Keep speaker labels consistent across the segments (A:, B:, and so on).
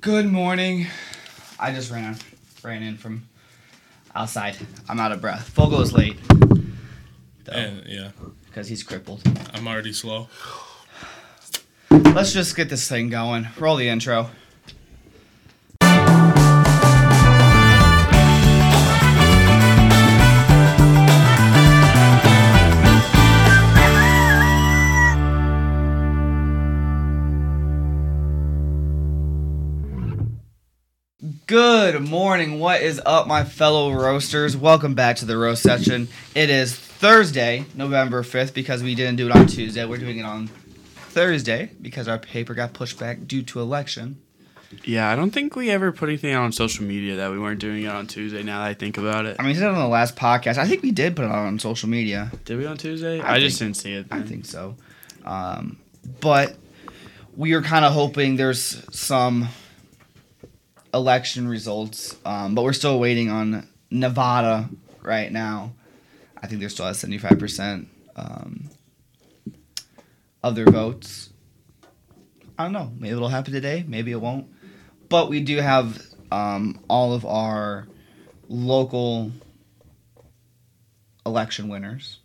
A: Good morning. I just ran ran in from outside. I'm out of breath. Fogel is late Oh.
B: And yeah,
A: because he's crippled.
B: I'm already slow.
A: Let's just get this thing going. Roll the intro. Good morning. What is up, my fellow roasters? Welcome back to the roast session. It is Thursday, November 5th, because we didn't do it on Tuesday. We're doing it on Thursday because our paper got pushed back due to election.
C: Yeah, I don't think we ever put anything out on social media that we weren't doing it on Tuesday. Now that I think about it,
A: I mean, he said it on the last podcast. I think we did put it out on social media.
C: did we on Tuesday?
A: I
C: I, just didn't see it.
A: I
C: then.
A: think so. Um, but we are kind of hoping there's some election results, um, but we're still waiting on Nevada right now. I think they're still at 75% um, of their votes. I don't know. Maybe it'll happen today. Maybe it won't. But we do have um, all of our local election winners.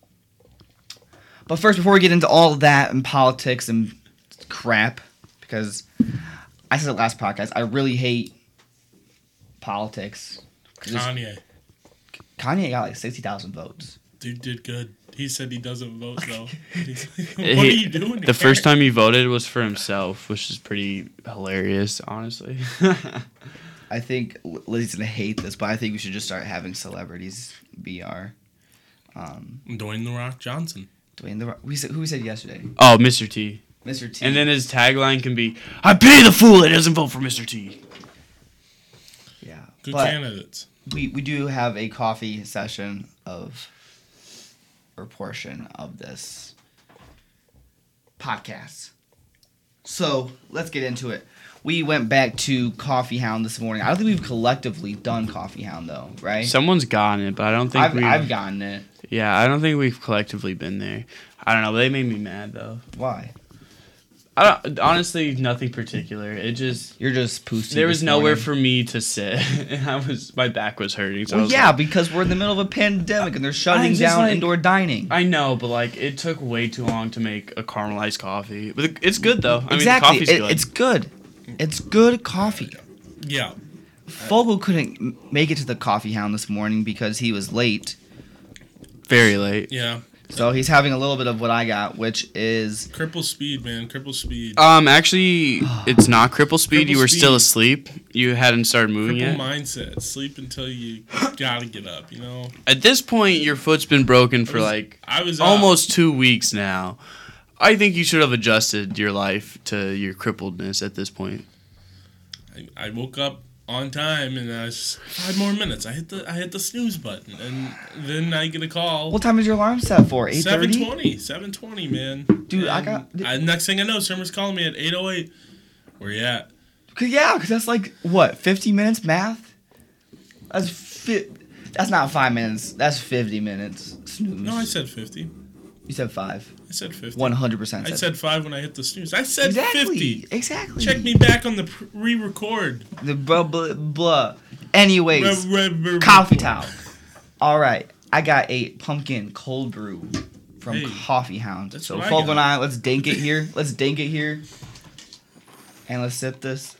A: But first, before we get into all that and politics and crap, because I said it last podcast, I really hate politics. 'Cause it's-
B: Kanye,
A: Kanye got like 60,000 votes.
B: dude did good. He said he doesn't vote though. He's like, what are
C: He-
B: you doing?
C: The
B: here?"
C: first time he voted was for himself, which is pretty hilarious, honestly.
A: I think L- Lizzie's going to hate this, but I think we should just start having celebrities be our. Um,
B: Dwayne the Rock Johnson.
A: Dwayne the Rock. We said, who we said yesterday?
C: oh, Mr. T.
A: Mr. T.
C: And then his tagline can be, "I pity the fool that doesn't vote for Mr. T."
A: yeah.
B: Good
A: but
B: candidates.
A: we, we do have a coffee session of. or portion of this podcast. So let's get into it. We went back to Coffee Hound this morning. I don't think we've collectively done Coffee Hound though, right?
C: Someone's gotten it, but I don't think
A: I've,
C: we've.
A: I've gotten it.
C: yeah, I don't think we've collectively been there. I don't know. But they made me mad though.
A: Why?
C: I don't, honestly nothing particular. It just
A: You're just poosting.
C: there was
A: this
C: nowhere
A: morning.
C: for me to sit, and I was my back was hurting. So I
A: Well,
C: was
A: yeah,
C: like-
A: because we're in the middle of a pandemic and they're shutting
C: just
A: down
C: like-
A: indoor dining.
C: I know, but like it took way too long to make a caramelized coffee. But it's good though. I
A: exactly.
C: mean, the coffee's
A: It-
C: good.
A: It's good. It's good coffee.
B: Yeah,
A: Fogel couldn't m- make it to the Coffee Hound this morning because he was late.
C: very late.
B: yeah.
A: So he's having a little bit of what I got, which is
B: Cripple speed, man. Cripple speed.
C: Um, actually, it's not cripple speed. you
B: Cripple
C: were still
B: speed.
C: asleep. You hadn't started moving
B: Cripple
C: yet.
B: mindset. Sleep until you gotta get up. You know.
C: At this point, your foot's been broken for like
B: I was up.
C: almost two weeks now. I think you should have adjusted your life to your crippledness at this point.
B: I, I woke up on time and I was five more minutes. I hit the I hit the snooze button and then I get a call.
A: what time is your alarm set for? Eight
B: Seven
A: thirty.
B: twenty, seven twenty, man.
A: Dude, I got-
B: I, next thing I know, someone's calling me at 808. Where you at?
A: Cause yeah, cause that's like what fifty minutes math. That's fi- That's not five minutes. That's fifty minutes. Snooze.
B: No, I said 50.
A: you said five.
B: I said 50.
A: One hundred percent.
B: I said 5 when I hit the snooze. I said
A: exactly.
B: 50.
A: Exactly.
B: Check me back on the pre record.
A: The blah blah blah. Anyways, coffee towel. All right, I got a pumpkin cold brew from
B: Hey,
A: Coffee Hound.
B: that's
A: So
B: what I
A: Fogel
B: got.
A: and I, let's dink it here. Let's dink it here. And let's sip this.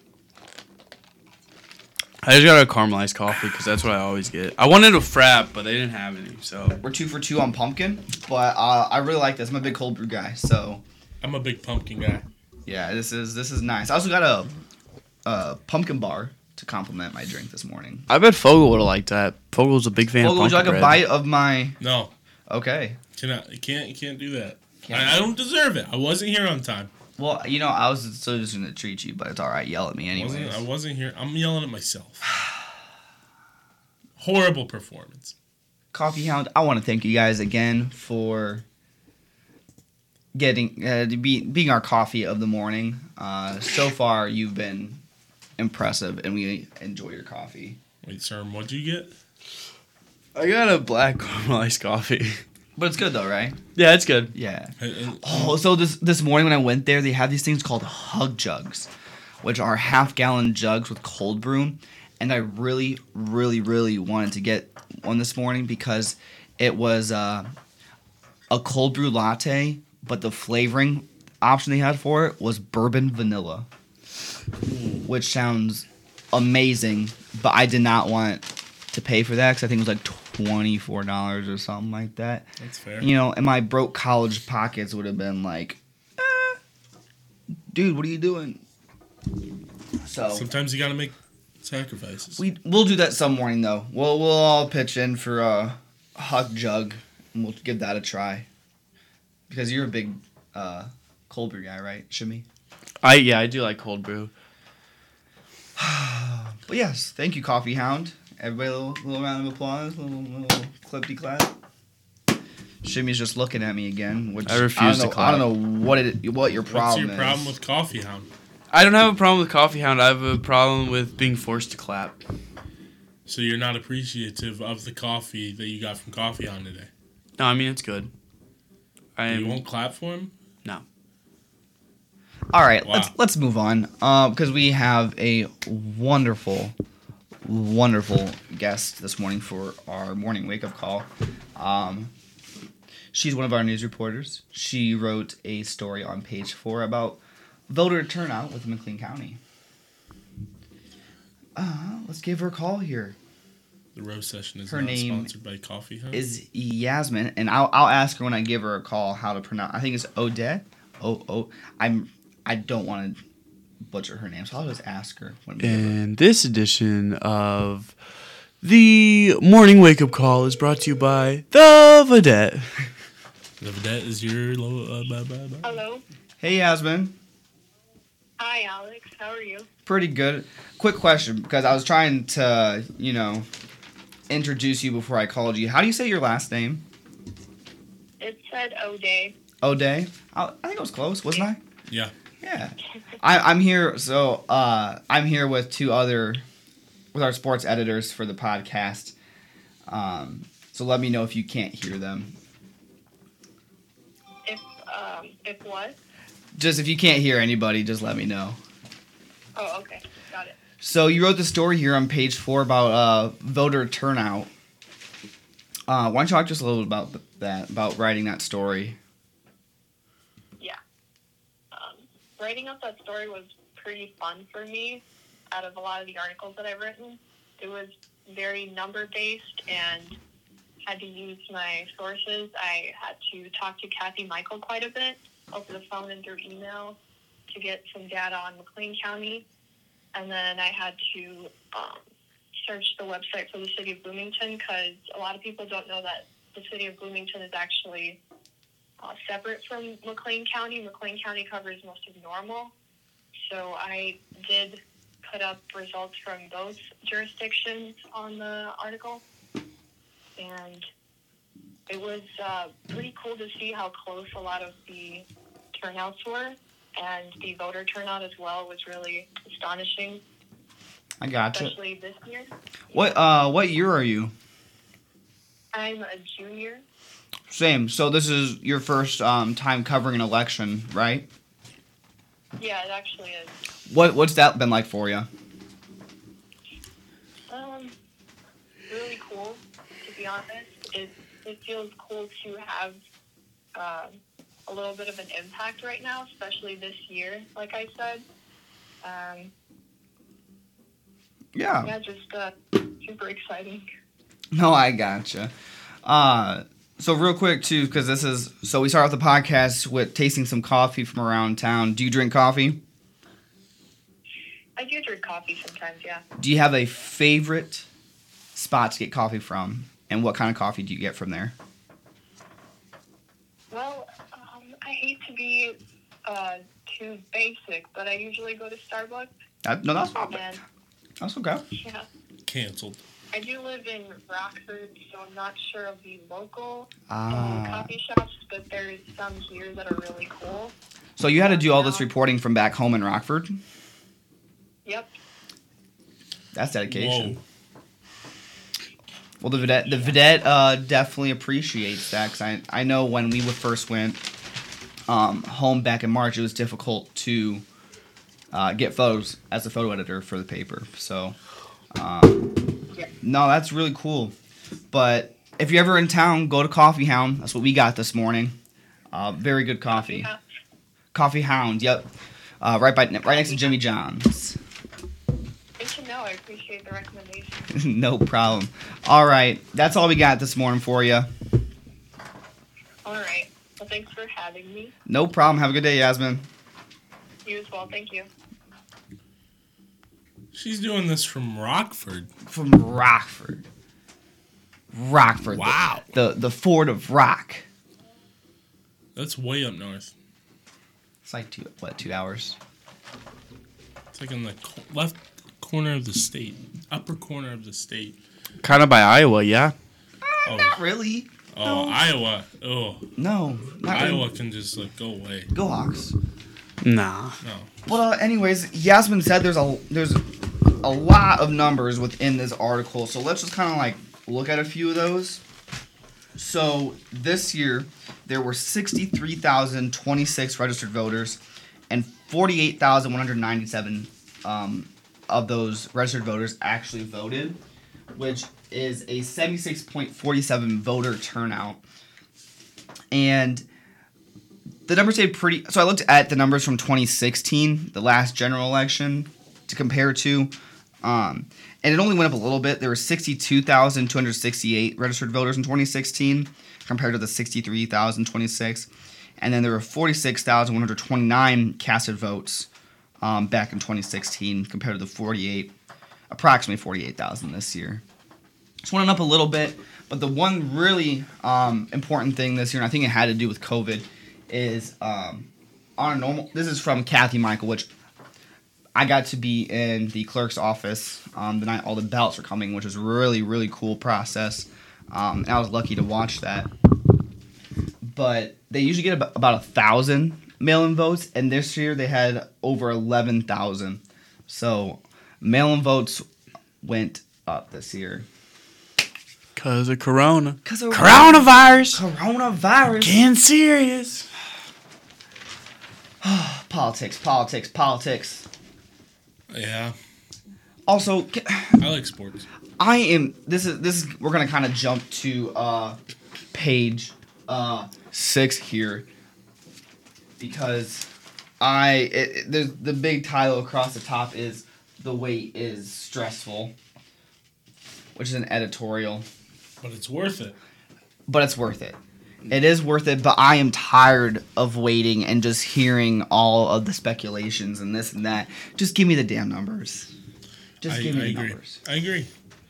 C: I just got a caramelized coffee because that's what I always get. I wanted a frap, but they didn't have any. So
A: We're two for two on pumpkin, but uh, I really like this. I'm a big cold brew guy, so.
B: I'm a big pumpkin guy.
A: Yeah, this is this is nice. I also got a, a pumpkin bar to complement my drink this morning.
C: I bet Fogel would have liked that. Fogel's a big fan
A: Well,
C: of
A: would you like
C: pumpkin
A: a bite
C: bread.
A: of my?
B: No,
A: Okay.
B: cannot, can't, can't do that.
A: Can't.
B: I, I don't deserve it. I wasn't here on time.
A: Well, you know, I was still just gonna treat you, but it's all right. Yell at me anyways.
B: Wasn't, I wasn't here. I'm yelling at myself. Horrible performance.
A: Coffee Hound, I want to thank you guys again for getting uh, to be, being our coffee of the morning. Uh, so far, you've been impressive, and we enjoy your coffee.
B: Wait, sir, what'd you get?
C: I got a black caramelized coffee.
A: But it's good though, right?
C: yeah, it's good.
A: Yeah.
B: I- I-
A: Oh, so this this morning when I went there, they have these things called hug jugs, which are half gallon jugs with cold brew. And I really, really, really wanted to get one this morning because it was uh, a cold brew latte, but the flavoring option they had for it was bourbon vanilla, which sounds amazing. But I did not want to pay for that because I think it was like twenty four dollars or something like that.
B: That's fair.
A: You know, and my broke college pockets would have been like, eh, dude, what are you doing? So
B: Sometimes you gotta make sacrifices.
A: we we'll do that some morning though. We'll we'll all pitch in for a hot jug and we'll give that a try. Because you're a big uh, cold brew guy, right, Shimmy?
C: I yeah, I do like cold brew.
A: But yes, thank you, Coffee Hound. Everybody, a little, little round of applause, little little clippy clap. Shimmy's just looking at me again, which
C: I refuse
A: don't
C: to
A: know, I don't know what it what your
B: What's
A: problem
B: your
A: is.
B: problem with coffee hound?
C: I don't have a problem with coffee hound. I have a problem with being forced to clap.
B: So you're not appreciative of the coffee that you got from coffee hound today.
C: No, I mean it's good. I
B: you
C: am
B: won't clap for him.
A: All right,
B: Wow.
A: let's let's move on because we have a wonderful, wonderful guest this morning for our morning wake up call. Um, she's one of our news reporters. She wrote a story on page four about voter turnout with McLean County. Uh, let's give her a call here.
B: The roast session is
A: Her
B: not
A: name
B: sponsored by coffee hound.
A: Is Yasmin, and I'll I'll ask her when I give her a call how to pronounce. I think it's Odette. Oh oh, I'm I don't want to butcher her name, so I'll just ask her when we give her-
C: And this edition of the morning wake up call is brought to you by the Vedette.
B: If that is your low, uh, bye, bye, bye.
D: Hello.
A: Hey Yasmin,
D: Hi, Alex. How are you?
A: pretty good. Quick question because I was trying to you know introduce you before I called you. How do you say your last name?
D: It said O'Day.
A: O'Day. I, I think I was close, wasn't I?
B: Yeah.
A: Yeah. I, I'm here. So uh, I'm here with two other, with our sports editors for the podcast. Um, so let me know if you can't hear them.
D: If um, if what?
A: Just if you can't hear anybody, just let me know.
D: Oh, okay. Got it.
A: So you wrote the story here on page four about uh, voter turnout. Uh, why don't you talk just a little bit about th- that, about writing that story?
D: Um, writing up that story was pretty fun for me. Out of a lot of the articles that I've written, it was very number based and had to use my sources. I had to talk to Kathy Michael quite a bit over the phone and through email to get some data on McLean County, and then I had to um, search the website for the city of Bloomington because a lot of people don't know that the city of Bloomington is actually uh, separate from McLean County. McLean County covers most of normal. So I did put up results from those jurisdictions on the article. And it was uh, pretty cool to see how close a lot of the turnouts were. And the voter turnout as well was really astonishing,
A: I gotcha.
D: especially this year.
A: What uh, what year are you?
D: I'm a junior.
A: Same. So this is your first um, time covering an election, right?
D: Yeah, it actually is.
A: What what's that been like for you?
D: Um, really cool, to be honest. It, it feels cool to have um, a little bit of an impact right now, especially this year, like I said. Um,
A: Yeah.
D: yeah, just uh, super exciting.
A: No, I gotcha. Uh, so real quick too, because this is so we start off the podcast with tasting some coffee from around town. Do you drink coffee?
D: I do drink coffee sometimes, yeah.
A: Do you have a favorite spot to get coffee from, and what kind of coffee do you get from there?
D: Well, um, I hate to be uh, too basic, but I usually go to Starbucks,
A: That, no, that's not
D: and
A: that's okay.
D: yeah.
B: Canceled.
D: I do live in Rockford, so I'm not sure of the local uh,
A: Ah,
D: coffee shops, but there's some here that are really cool.
A: so you had to do all this reporting from back home in Rockford.
D: Yep.
A: That's dedication.
B: Whoa.
A: Well, the vedette, the vedette uh, definitely appreciates that because I, I know when we first went um, home back in March, it was difficult to uh, get photos as a photo editor for the paper. So, um,
D: Yeah.
A: no, that's really cool. But if you're ever in town, go to Coffee Hound. That's what we got this morning. Uh, very good coffee.
D: Yeah.
A: Coffee Hound. Yep. Uh, right by, right next to Jimmy John's.
D: Good to know. I appreciate the recommendation.
A: no problem. All right, that's all we got this morning for you.
D: All right. Well, thanks for having me.
A: No problem. Have a good day, Yasmin.
D: You as well. Thank you.
B: She's doing this from Rockford.
A: From Rockford. Rockford. the-
B: Wow.
A: The the, Ford of Rock.
B: That's way up north.
A: It's like two what two hours.
B: It's like in the co- left corner of the state, upper corner of the state.
C: Kind of by Iowa, yeah.
B: Oh,
A: Really?
B: oh Iowa. Oh,
A: No. Not really.
B: Iowa can just like go away.
A: Go Hawks.
C: Nah.
B: No.
A: Well, uh, anyways, Yasmin said there's a there's a lot of numbers within this article, so let's just kind of like look at a few of those. So this year, there were sixty three thousand twenty six registered voters, and forty eight thousand one hundred ninety seven um, of those registered voters actually voted, which is a seventy six point forty seven voter turnout, and the numbers stayed pretty. So I looked at the numbers from 2016, the last general election, to compare to, um, and it only went up a little bit. There were 62,268 registered voters in 2016, compared to the 63,026, and then there were 46,129 casted votes um, back in 2016, compared to the 48, approximately 48,000 this year. It's went up a little bit, but the one really um, important thing this year, and I think it had to do with COVID, is um, on a normal. This is from Kathy Michael, which I got to be in the clerk's office um, the night all the ballots were coming, which is really really cool process. Um, and I was lucky to watch that. But they usually get ab- about a thousand mail-in votes, and this year they had over eleven thousand. So mail-in votes went up this year.
C: Cause of Corona.
A: 'Cause of-
C: Coronavirus.
A: Coronavirus.
C: Getting serious.
A: Politics, politics, politics.
B: Yeah,
A: Also, ca-
B: I like sports.
A: I am. This is this is. We're gonna kind of jump to uh, page uh, six here because I it, it- there's the big title across the top is the wait is stressful, which is an editorial,
B: But it's worth it.
A: but it's worth it. It is worth it, but I am tired of waiting and just hearing all of the speculations and this and that. Just give me the damn numbers. Just
B: I,
A: give me
B: I
A: the
B: agree.
A: numbers.
B: I agree.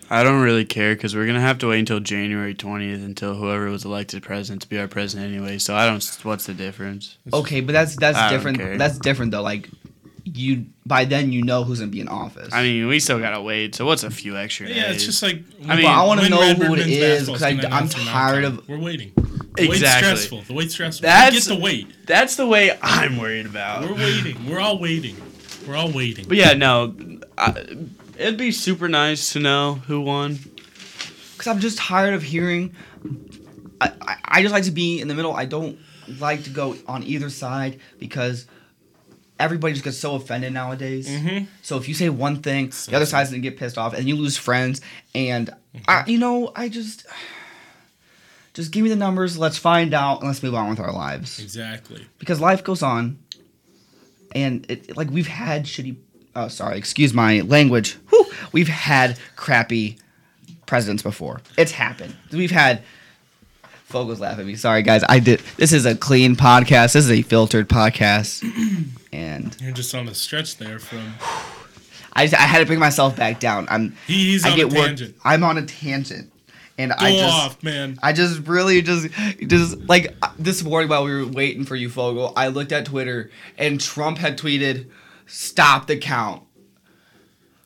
C: I don't really care because we're gonna have to wait until January twentieth until whoever was elected president to be our president anyway. So I don't. What's the difference?
A: Okay, but that's that's
C: I don't
A: different.
C: care.
A: That's different though. Like you by then you know who's gonna be in office.
C: I mean, we still gotta wait. So what's a few extra days?
B: Yeah, it's just like
C: I
B: when
C: mean, I
A: wanna
B: Lynn
A: know who
B: Redmond
A: it
B: men's
A: is,
B: basketball's
A: 'cause I-
B: gonna
A: I'm
B: announce an
A: tired
B: outcome.
A: of-
B: We're waiting. The wait's
C: exactly.
B: stressful. The wait's stressful. we
C: That's-
B: get the wait.
C: That's the way I'm worried about.
B: We're waiting. We're all waiting. We're all waiting.
C: But yeah, no, I, it'd be super nice to know who won.
A: because I'm just tired of hearing. I, I I just like to be in the middle. I don't like to go on either side because everybody just gets so offended nowadays.
B: Mhm.
A: So if you say one thing, the other side's gonna get pissed off, and you lose friends. And I, you know, I just just give me the numbers. Let's find out and let's move on with our lives.
B: Exactly.
A: because life goes on and it like we've had shitty oh sorry excuse my language Whew, we've had crappy presidents before it's happened we've had Fogel's laugh at me sorry guys i did this is a clean podcast this is a filtered podcast and
B: You're just on the stretch there from.
A: i just, i had to bring myself back down i'm
B: He- He's
A: i
B: on
A: get
B: a
A: work-
B: tangent.
A: i'm on a tangent and i
B: Go
A: just
B: off, man.
A: I just really just just like uh, this morning while we were waiting for you, Fogel, I looked at Twitter and Trump had tweeted, "Stop the count,"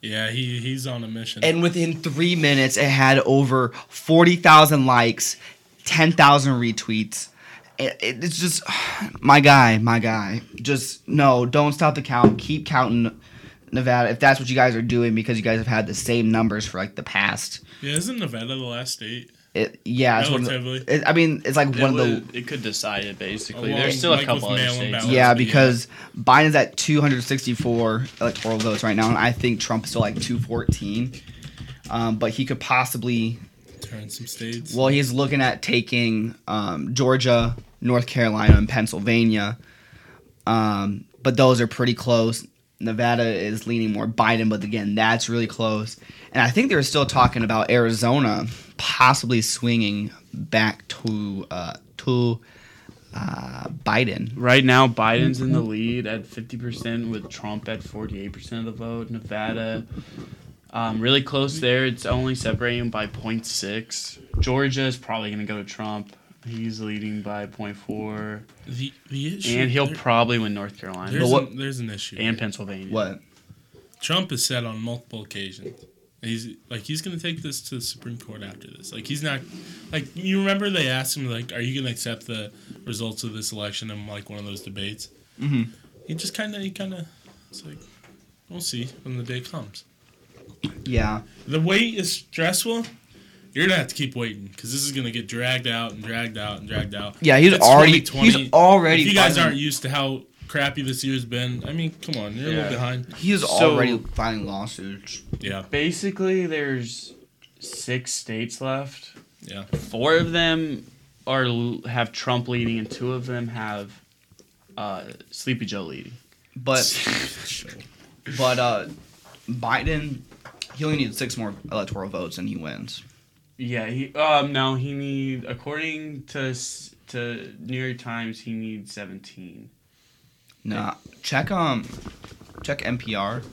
B: Yeah, he he's on a mission.
A: and within three minutes, it had over forty thousand likes, ten thousand retweets. It, it- it's just my guy, my guy. Just no, don't stop the count. Keep counting. Nevada, if that's what you guys are doing, because you guys have had the same numbers for like the past.
B: yeah, isn't Nevada the last state?
A: It, yeah, it's one of the-
B: Relatively.
A: it, I mean, it's like one
C: it,
A: of the
C: would- it could decide it basically.
B: Along-
C: There's still a
B: like
C: couple
B: with
C: other
B: mail and
C: states.
B: ballot.
A: Yeah,
B: Let's be-
A: because Biden's at 264 electoral votes right now, and I think Trump is still like 214. Um, but he could possibly.
B: Turn some states.
A: Well, he's looking at taking um, Georgia, North Carolina, and Pennsylvania. Um, but those are pretty close. Nevada is leaning more Biden, but again, that's really close. And I think they're still talking about Arizona possibly swinging back to uh, to uh, Biden.
C: Right now, Biden's in the lead at 50%, with Trump at 48% of the vote. Nevada, um, really close there. It's only separating by 0.6. Georgia is probably going to go to Trump. He's leading by 0.4.
B: the, the issue.
C: And he'll
B: there-
C: probably win North Carolina
B: there's,
A: what-
B: an, there's an issue.
C: and Pennsylvania.
A: What?
B: Trump has said on multiple occasions, he's like he's gonna take this to the Supreme Court after this. Like he's not, like you remember they asked him like, are you gonna accept the results of this election in like one of those debates?
A: Mhm.
B: He just kind of he kind of it's like, we'll see when the day comes.
A: Yeah.
B: The wait is stressful. You're gonna have to keep waiting because this is gonna get dragged out and dragged out and dragged out.
A: Yeah, he's
B: It's
A: already
B: 2020.
A: he's already
B: If you guys
A: filing-
B: aren't used to how crappy this year's been, I mean, come on, you're a
C: Yeah.
B: little behind.
A: he's
C: So-
A: already filing lawsuits.
B: Yeah,
C: Basically, there's six states left.
B: yeah.
C: Four of them are l- have Trump leading, and two of them have uh, Sleepy Joe leading.
A: But but uh Biden he only needs six more electoral votes and he wins.
C: Yeah, he um no, he need according to s- to New York Times, he needs 17.
A: Nah. Check um check NPR.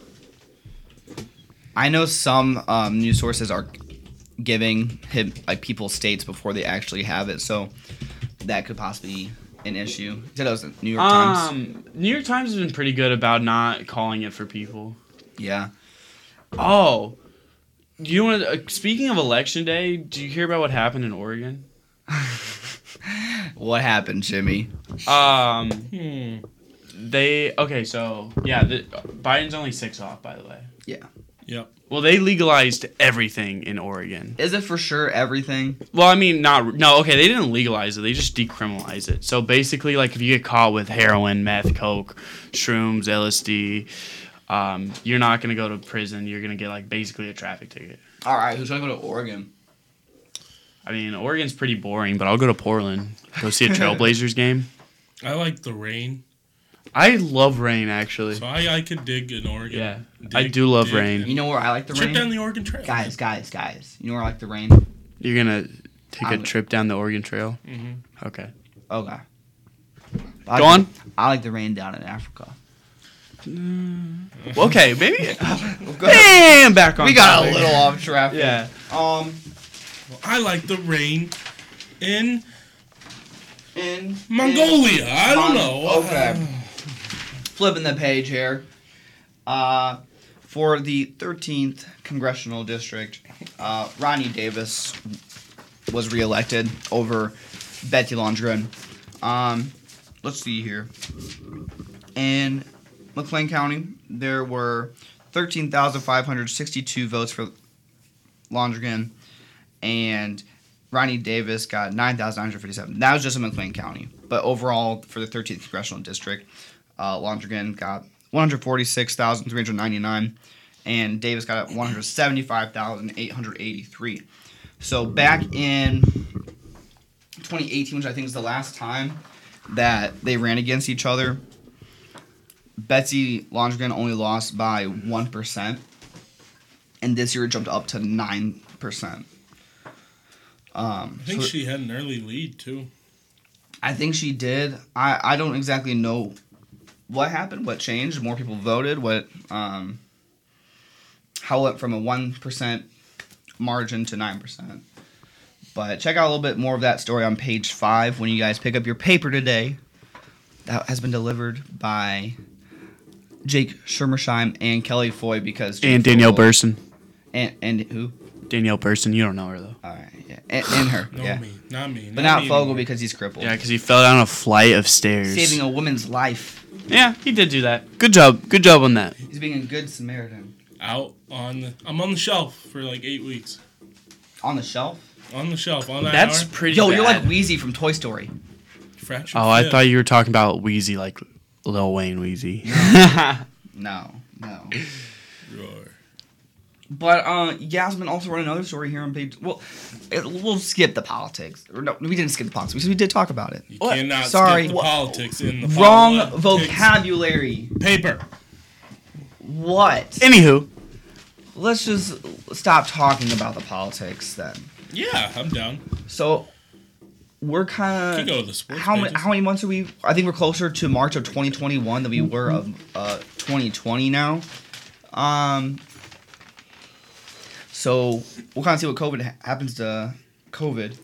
A: I know some um, news sources are giving him like people states before they actually have it, so that could possibly be an issue. He said it was the New York Times.
C: Um New York Times has been pretty good about not calling it for people.
A: Yeah.
C: Oh. You want to, uh, speaking of election day, do you hear about what happened in Oregon?
A: What happened, Jimmy?
C: Um
B: Hmm.
C: they okay, so yeah, the, Biden's only 6 off by the way.
B: Yep.
C: Well, they legalized everything in Oregon.
A: Is it for sure everything?
C: Well, I mean, not no. Okay, they didn't legalize it; they just decriminalized it. So basically, like if you get caught with heroin, meth, coke, shrooms, LSD, um, you're not gonna go to prison. You're gonna get like basically a traffic ticket.
A: All right, who's going to go to Oregon?
C: I mean, Oregon's pretty boring, but I'll go to Portland, go see a Trailblazers game.
B: I like the rain,
C: I love rain, actually.
B: so I, I could dig in Oregon.
C: Yeah,
B: Dig,
C: I do love
B: dig,
C: rain.
A: You know where I like the
B: Trip
A: rain?
B: down the Oregon Trail.
A: guys, guys, guys. You know where I like the rain?
C: You're gonna take a
A: I'm-
C: trip down the Oregon Trail.
B: Mhm.
C: Okay,
A: Okay. Oh, I
C: go on.
A: I like the rain down in Africa.
C: Okay, maybe. Damn, back on.
A: We got a
C: topic.
A: little off track.
C: Yeah.
A: Um.
B: I like the rain in
A: In
B: Mongolia. I don't
A: Mon-
B: know. Um,
A: Okay. Flipping the page here. Uh, for the 13th congressional district, uh, Ronnie Davis was reelected over Betty Londrin. Um, let's see here. In McLean County, there were 13,562 votes for Londrigan, and Ronnie Davis got 9,957. That was just in McLean County. But overall, for the 13th congressional district, uh, Londrigan got 146,399, and Davis got 175,883. So back in 2018, which I think is the last time that they ran against each other, Betsy Londrigan only lost by 1%, and this year it jumped up to 9%. Um,
B: I think
A: so-
B: she had an early lead too.
A: I think she did. I, I don't exactly know what happened, what changed. More people voted. What um, how it went from a one percent margin to nine percent. But check out a little bit more of that story on page five when you guys pick up your paper today. That has been delivered by Jake Shermersheim and Kelly Foy because Jake
C: And Danielle
A: Foy-
C: Burson.
A: and, and who?
C: Danielle Burson, you don't know her though.
A: All right, yeah, and, and her,
B: No
A: yeah.
B: me, not me.
A: But not
B: me
A: Fogel
B: anymore.
A: because he's crippled.
C: Yeah, because he fell down a flight of stairs.
A: Saving a woman's life.
C: yeah, he did do that. Good job. Good job on that.
A: He's being a good Samaritan.
B: out on the. I'm on the shelf for like eight weeks.
A: On the shelf?
B: on the shelf on that
C: That's
B: hour,
C: pretty.
A: Yo, you're like
C: bad.
A: Wheezy from Toy Story.
B: fractured
C: Oh, I
B: fifth.
C: thought you were talking about Wheezy, like Lil Wayne Wheezy.
A: No, no.
B: Roar.
A: But uh, Yasmin also wrote another story here on page. Well, it, we'll skip the politics. Or no, we didn't skip the politics. We, we did talk about it.
B: You
C: What?
B: cannot
A: Sorry.
B: skip the
A: Wha-
B: politics in the
A: Wrong
B: politics
A: vocabulary.
B: paper.
A: What?
C: Anywho,
A: Let's just stop talking about the politics then.
B: Yeah, I'm down.
A: So we're
B: You
A: kind
B: go to
A: of
B: the sports
A: how many
B: pages.
A: how many months are we? I think we're closer to March of 2021 than we were of uh, 2020 now. Um. So we'll kind of see what COVID ha- happens to COVID.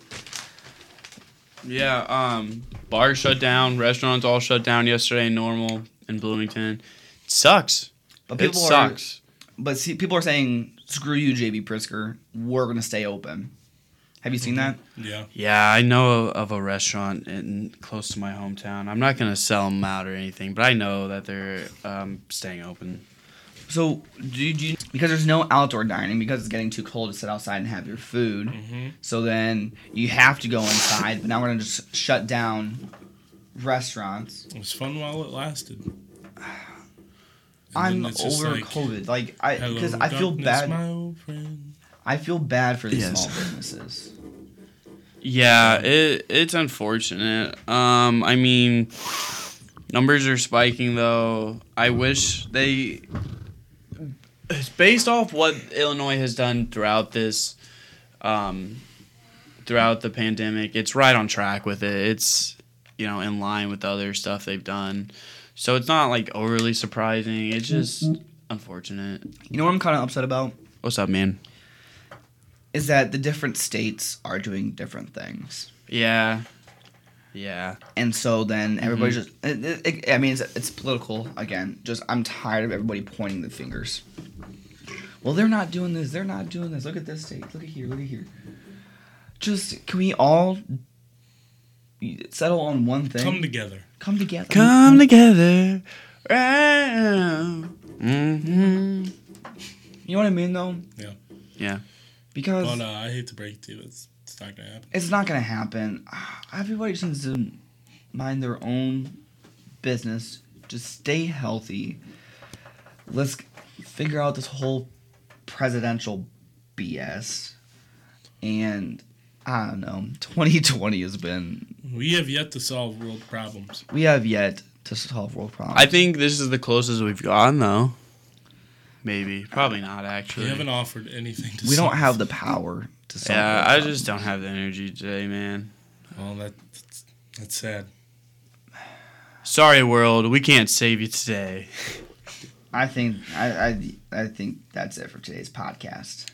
C: Yeah, um, bars shut down, restaurants all shut down yesterday, normal in Bloomington. It sucks.
A: But
C: It
A: people are
C: sucks.
A: but see, people are saying screw you, JB Prisker. We're gonna stay open. Have you seen
C: Mm-hmm.
A: that?
B: Yeah.
C: Yeah, I know of a restaurant in, close to my hometown. I'm not going to sell them out or anything, but I know that they're um, staying open.
A: So do you because there's no outdoor dining because it's getting too cold to sit outside and have your food.
B: Mm-hmm.
A: So then you have to go inside, but now we're gonna just shut down restaurants.
B: It was fun while it lasted. And
A: I'm
B: then it's just
A: over
B: like,
A: COVID, like I
B: "Hello,
A: because I feel
B: darkness,
A: bad.
B: my old friend."
A: I feel bad for these
C: Yes.
A: small businesses.
C: Yeah, it, it's unfortunate. Um, I mean, numbers are spiking though. I wish they. It's based off what Illinois has done throughout this, um, throughout the pandemic. It's right on track with it. It's you know in line with the other stuff they've done, so it's not like overly surprising. It's just unfortunate.
A: You know what I'm kind of upset about
C: Mm-hmm. What's up, man?
A: is that the different states are doing different things.
C: Yeah, yeah.
A: and so then everybody's
B: Mm-hmm.
A: just it, it, it- i mean it's, it's political again just i'm tired of everybody pointing the fingers well they're not doing this they're not doing this look at this state look at here look at here just can we all settle on one thing
B: Come together.
A: Come together
C: Come together right now. hmm
A: you know what i mean though
B: Yeah.
C: Yeah.
A: because
B: But uh, I hate to break it to you, it's, it's not gonna happen.
A: it's not gonna happen Ah, everybody just needs to mind their own business just stay healthy let's figure out this whole presidential bs and i don't know 2020 has been
B: We have yet to solve world problems.
A: we have yet to solve world problems
C: I think this is the closest we've gotten, though. Maybe. Probably not,
B: We haven't
C: actually.
B: offered anything to
A: we don't
B: solve.
A: have the power to solve
C: Yeah,
A: world
C: I
A: problems.
C: just don't have the energy today, man.
B: Well, that, that's, that's sad.
C: Sorry, world. We can't save you today.
A: i think I, I i think that's it for today's podcast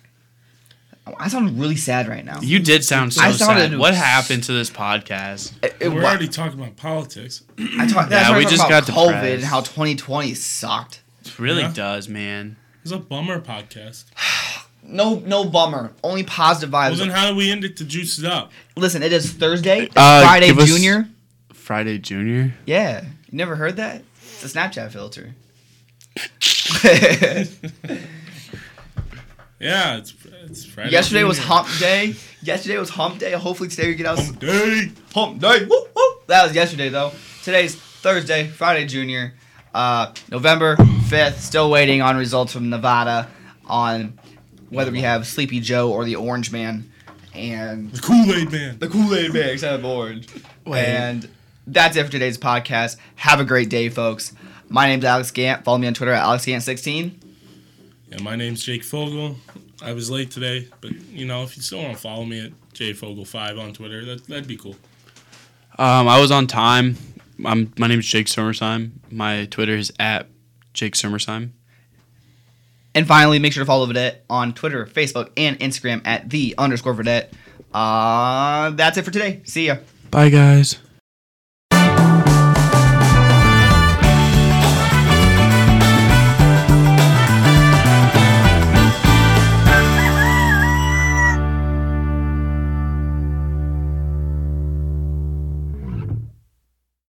A: i sound really sad right now
C: You did sound so
A: I sounded-
C: sad. What happened to this podcast?
A: It- it-
B: We're
A: wha-
B: already talking about politics.
A: I talk, that's
C: Yeah,
A: why I
C: we
A: talk
C: just
A: about
C: got
A: COVID
C: depressed.
A: and how 2020 sucked.
C: It really
B: Yeah.
C: does, man.
B: It's a bummer podcast.
A: No, no bummer. Only positive
B: Well,
A: vibes.
B: then how do we end it to juice it up?
A: Listen, it is Thursday, it's
C: Uh,
A: Friday
C: give us-
A: Junior.
C: Friday Junior.
A: Yeah, you never heard that? It's a Snapchat filter.
B: Yeah, it's it's Friday.
A: Yesterday was
B: Junior.
A: Hump Day. Yesterday was Hump Day. Hopefully today we get out.
B: Hump day.
A: Hump Day. Woo, woo. That was yesterday though. Today's Thursday, Friday Junior, uh, November fifth. Still waiting on results from Nevada on whether we have Sleepy Joe or the Orange Man, and
B: The Kool Aid Man.
A: the Kool Aid Man except orange.
C: Wait.
A: And that's it for today's podcast. Have a great day, folks. My name's Alex Gant. Follow me on Twitter at AlexGant16.
B: Yeah, my name's Jake Fogle. I was late today, but you know, if you still want to follow me at jfogle5 on Twitter, that that'd be cool.
C: Um, I was on time. I'm, my name's Jake Summersheim. My Twitter is at Jake Summersheim.
A: And finally, make sure to follow Vedette on Twitter, Facebook, and Instagram at the underscore Vedette. Uh, that's it for today. See ya.
C: Bye, guys.